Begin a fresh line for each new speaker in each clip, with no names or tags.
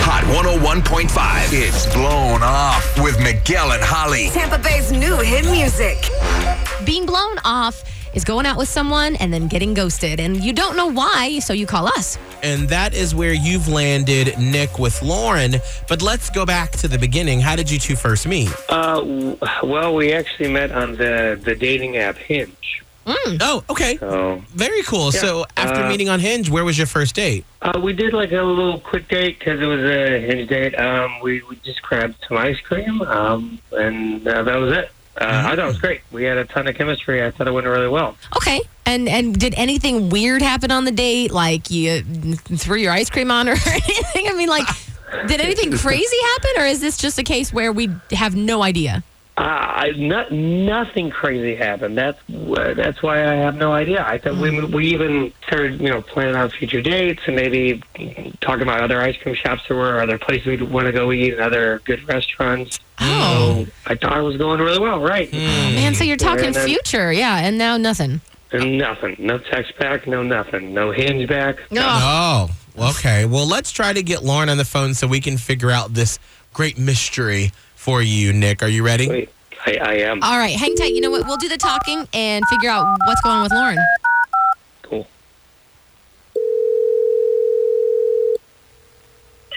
Hot 101.5. It's blown off with Miguel and Holly.
Tampa Bay's new hit music.
being blown off is going out with someone and then getting ghosted. And you don't know why, so you call us.
And that is where you've landed, Nick, with Lauren. But let's go back to the beginning. How did you two first meet?
Uh, w- well, we actually met on the the dating app Hinge.
Oh, okay.
So
Very cool. So after
Uh,
meeting on Hinge, where was your first date?
uh, we did like a little quick date because it was a Hinge date. Um, we, we just grabbed some ice cream, um, and uh, that was it. Uh, I thought it was great. We had a ton of chemistry. I thought it went really well.
Okay. And and did anything weird happen on the date? Like you threw your ice cream on her or anything? I mean, like, did anything crazy happen, or is this just a case where we have no idea?
Uh, I, not, nothing crazy happened. That's wh- that's why I have no idea. I thought we we even started you know planning on future dates and maybe talking about other ice cream shops there were, other places we'd want to go eat, and other good restaurants.
Oh. Hmm.
So I thought it was going really well, right?
Man, so you're talking
Yeah, that-
future, yeah, and now nothing.
And nothing, no text back, no nothing, no hinge back.
Oh,
Oh, okay. Well, let's try to get Lauren on the phone so we can figure out this great mystery for you, Nick. Are you ready?
Wait, I, I am
all right, hang tight. You know what? We'll do the talking and figure out what's going on with Lauren.
cool.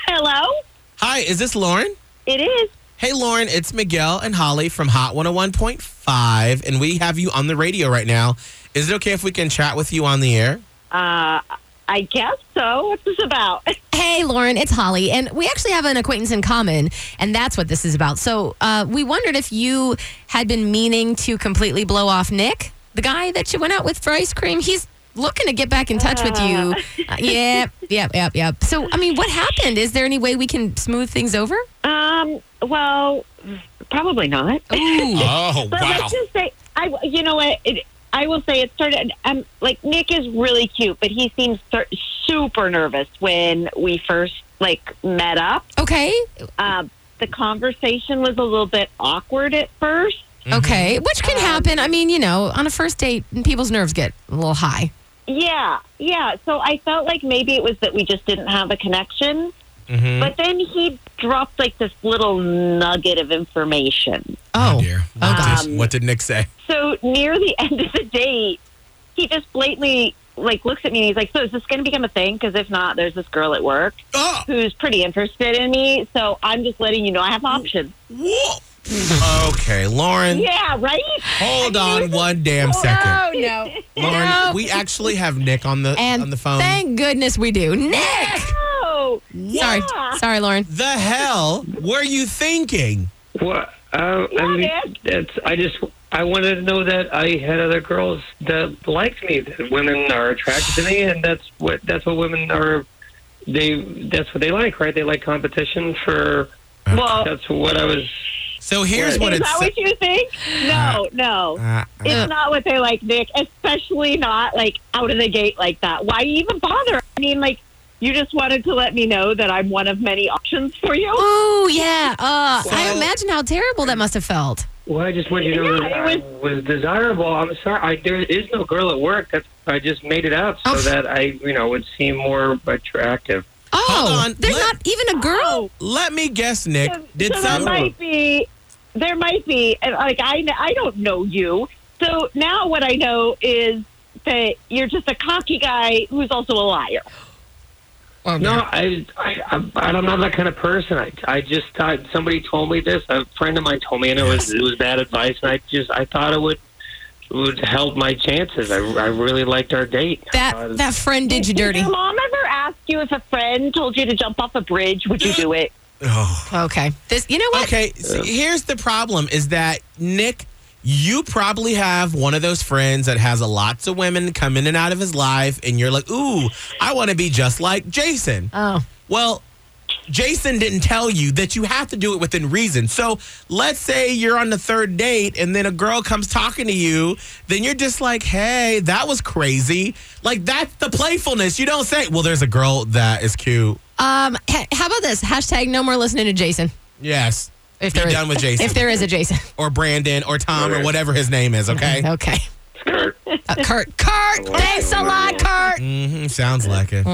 Hello?
Hi, is this Lauren?
It is.
Hey, Lauren, it's Miguel and Holly from Hot 101.5, and we have you on the radio right now. Is it okay if we can chat with you on the air?
Uh, I guess so. What's this about?
Hey, Lauren, it's Holly, and we actually have an acquaintance in common, and that's what this is about. So, uh, we wondered if you had been meaning to completely blow off Nick, the guy that you went out with for ice cream. He's looking to get back in touch with you. Uh, yep, yep, yep, yep. So, I mean, what happened? Is there any way we can smooth things over?
Um, well, probably not.
Ooh.
Oh,
But let's just say, I, you know what? It, I will say it started. Um, like Nick is really cute, but he seems sur- super nervous when we first like met up.
Okay,
Um, the conversation was a little bit awkward at first.
okay, which can happen. I mean, you know, on a first date, people's nerves get a little high.
Yeah, yeah. So I felt like maybe it was that we just didn't have a connection.
Mhm.
But then he dropped like this little nugget of information.
Oh,
dear. What, did,
Um,
what did Nick say?
So near the end of the date, he just blatantly like looks at me and he's like, "So is this going to become a thing? Because if not, there's this girl at work
Oh,
who's pretty interested in me. So I'm just letting you know I have options."
whoa. Okay, Lauren,
Yeah, right.
hold on one damn second.
Oh, no.
Lauren,
No.
we actually have Nick on the
And
on the phone.
Thank goodness we do. Nick!
Oh,
Sorry.
Yeah.
Sorry, Lauren.
the hell were you thinking?
What? Uh, I
Love
mean,
it.
that's I just I wanted to know that I had other girls that liked me. That women are attracted to me, and that's what that's what women are. They that's what they like, right? They like competition for.
well,
That's what I was.
So here's what
is
it
that
said.
what you think? No, no.
Uh,
It's not what they like, Nick. Especially not like out of the gate like that. Why even bother? I mean, like you just wanted to let me know that I'm one of many options for you.
Ooh, yeah. Uh, I
So-
imagine how terrible that must have felt.
Well, I just wanted you to know
Yeah,
that
it
I was desirable. I'm sorry, I, there is no girl at work. That's I just made it up so
Oh.
that I you know would seem more attractive.
Oh,
on.
there's
Let- Oh,
not even a girl.
Let me guess, Nick.
So,
Did
so there
some
might be, there might be. and, Like I, I don't know you. So now what I know is that you're just a cocky guy who's also a liar.
Oh, No, I, I, I'm- I'm not that kind of person. I, I just thought somebody told me this. A friend of mine told me, and it was it was bad advice. And I just I thought it would would help my chances. I, I really liked our date. Uh,
That that friend did you dirty.
Did your mom ever ask you if a friend told you to jump off a bridge? Would you do it?
Oh.
Okay. This. You know what?
Okay, so here's the problem is that Nick, you probably have one of those friends that has a lots of women come in and out of his life, and you're like, ooh, I want to be just like Jason.
Oh.
Well, Jason didn't tell you that you have to do it within reason. So let's say you're on the third date and then a girl comes talking to you, then you're just like, hey, that was crazy. Like that's the playfulness. You don't say, well, there's a girl that is cute.
Um, ha- how about this? Hashtag no more listening to Jason.
Yes.
If
Be
there is-
done with Jason.
If there is a Jason.
or Brandon or Tom or whatever his name is, okay?
Okay.
Skirt.
Uh, Kurt. Kurt. Thanks a lot, Kurt.
hmm sounds like it.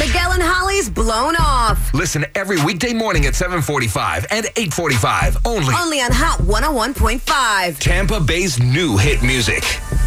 Miguel and Holly's blown off.
Listen every weekday morning at 745 and 845 only.
Only on Hot 101.5.
Tampa Bay's new hit music.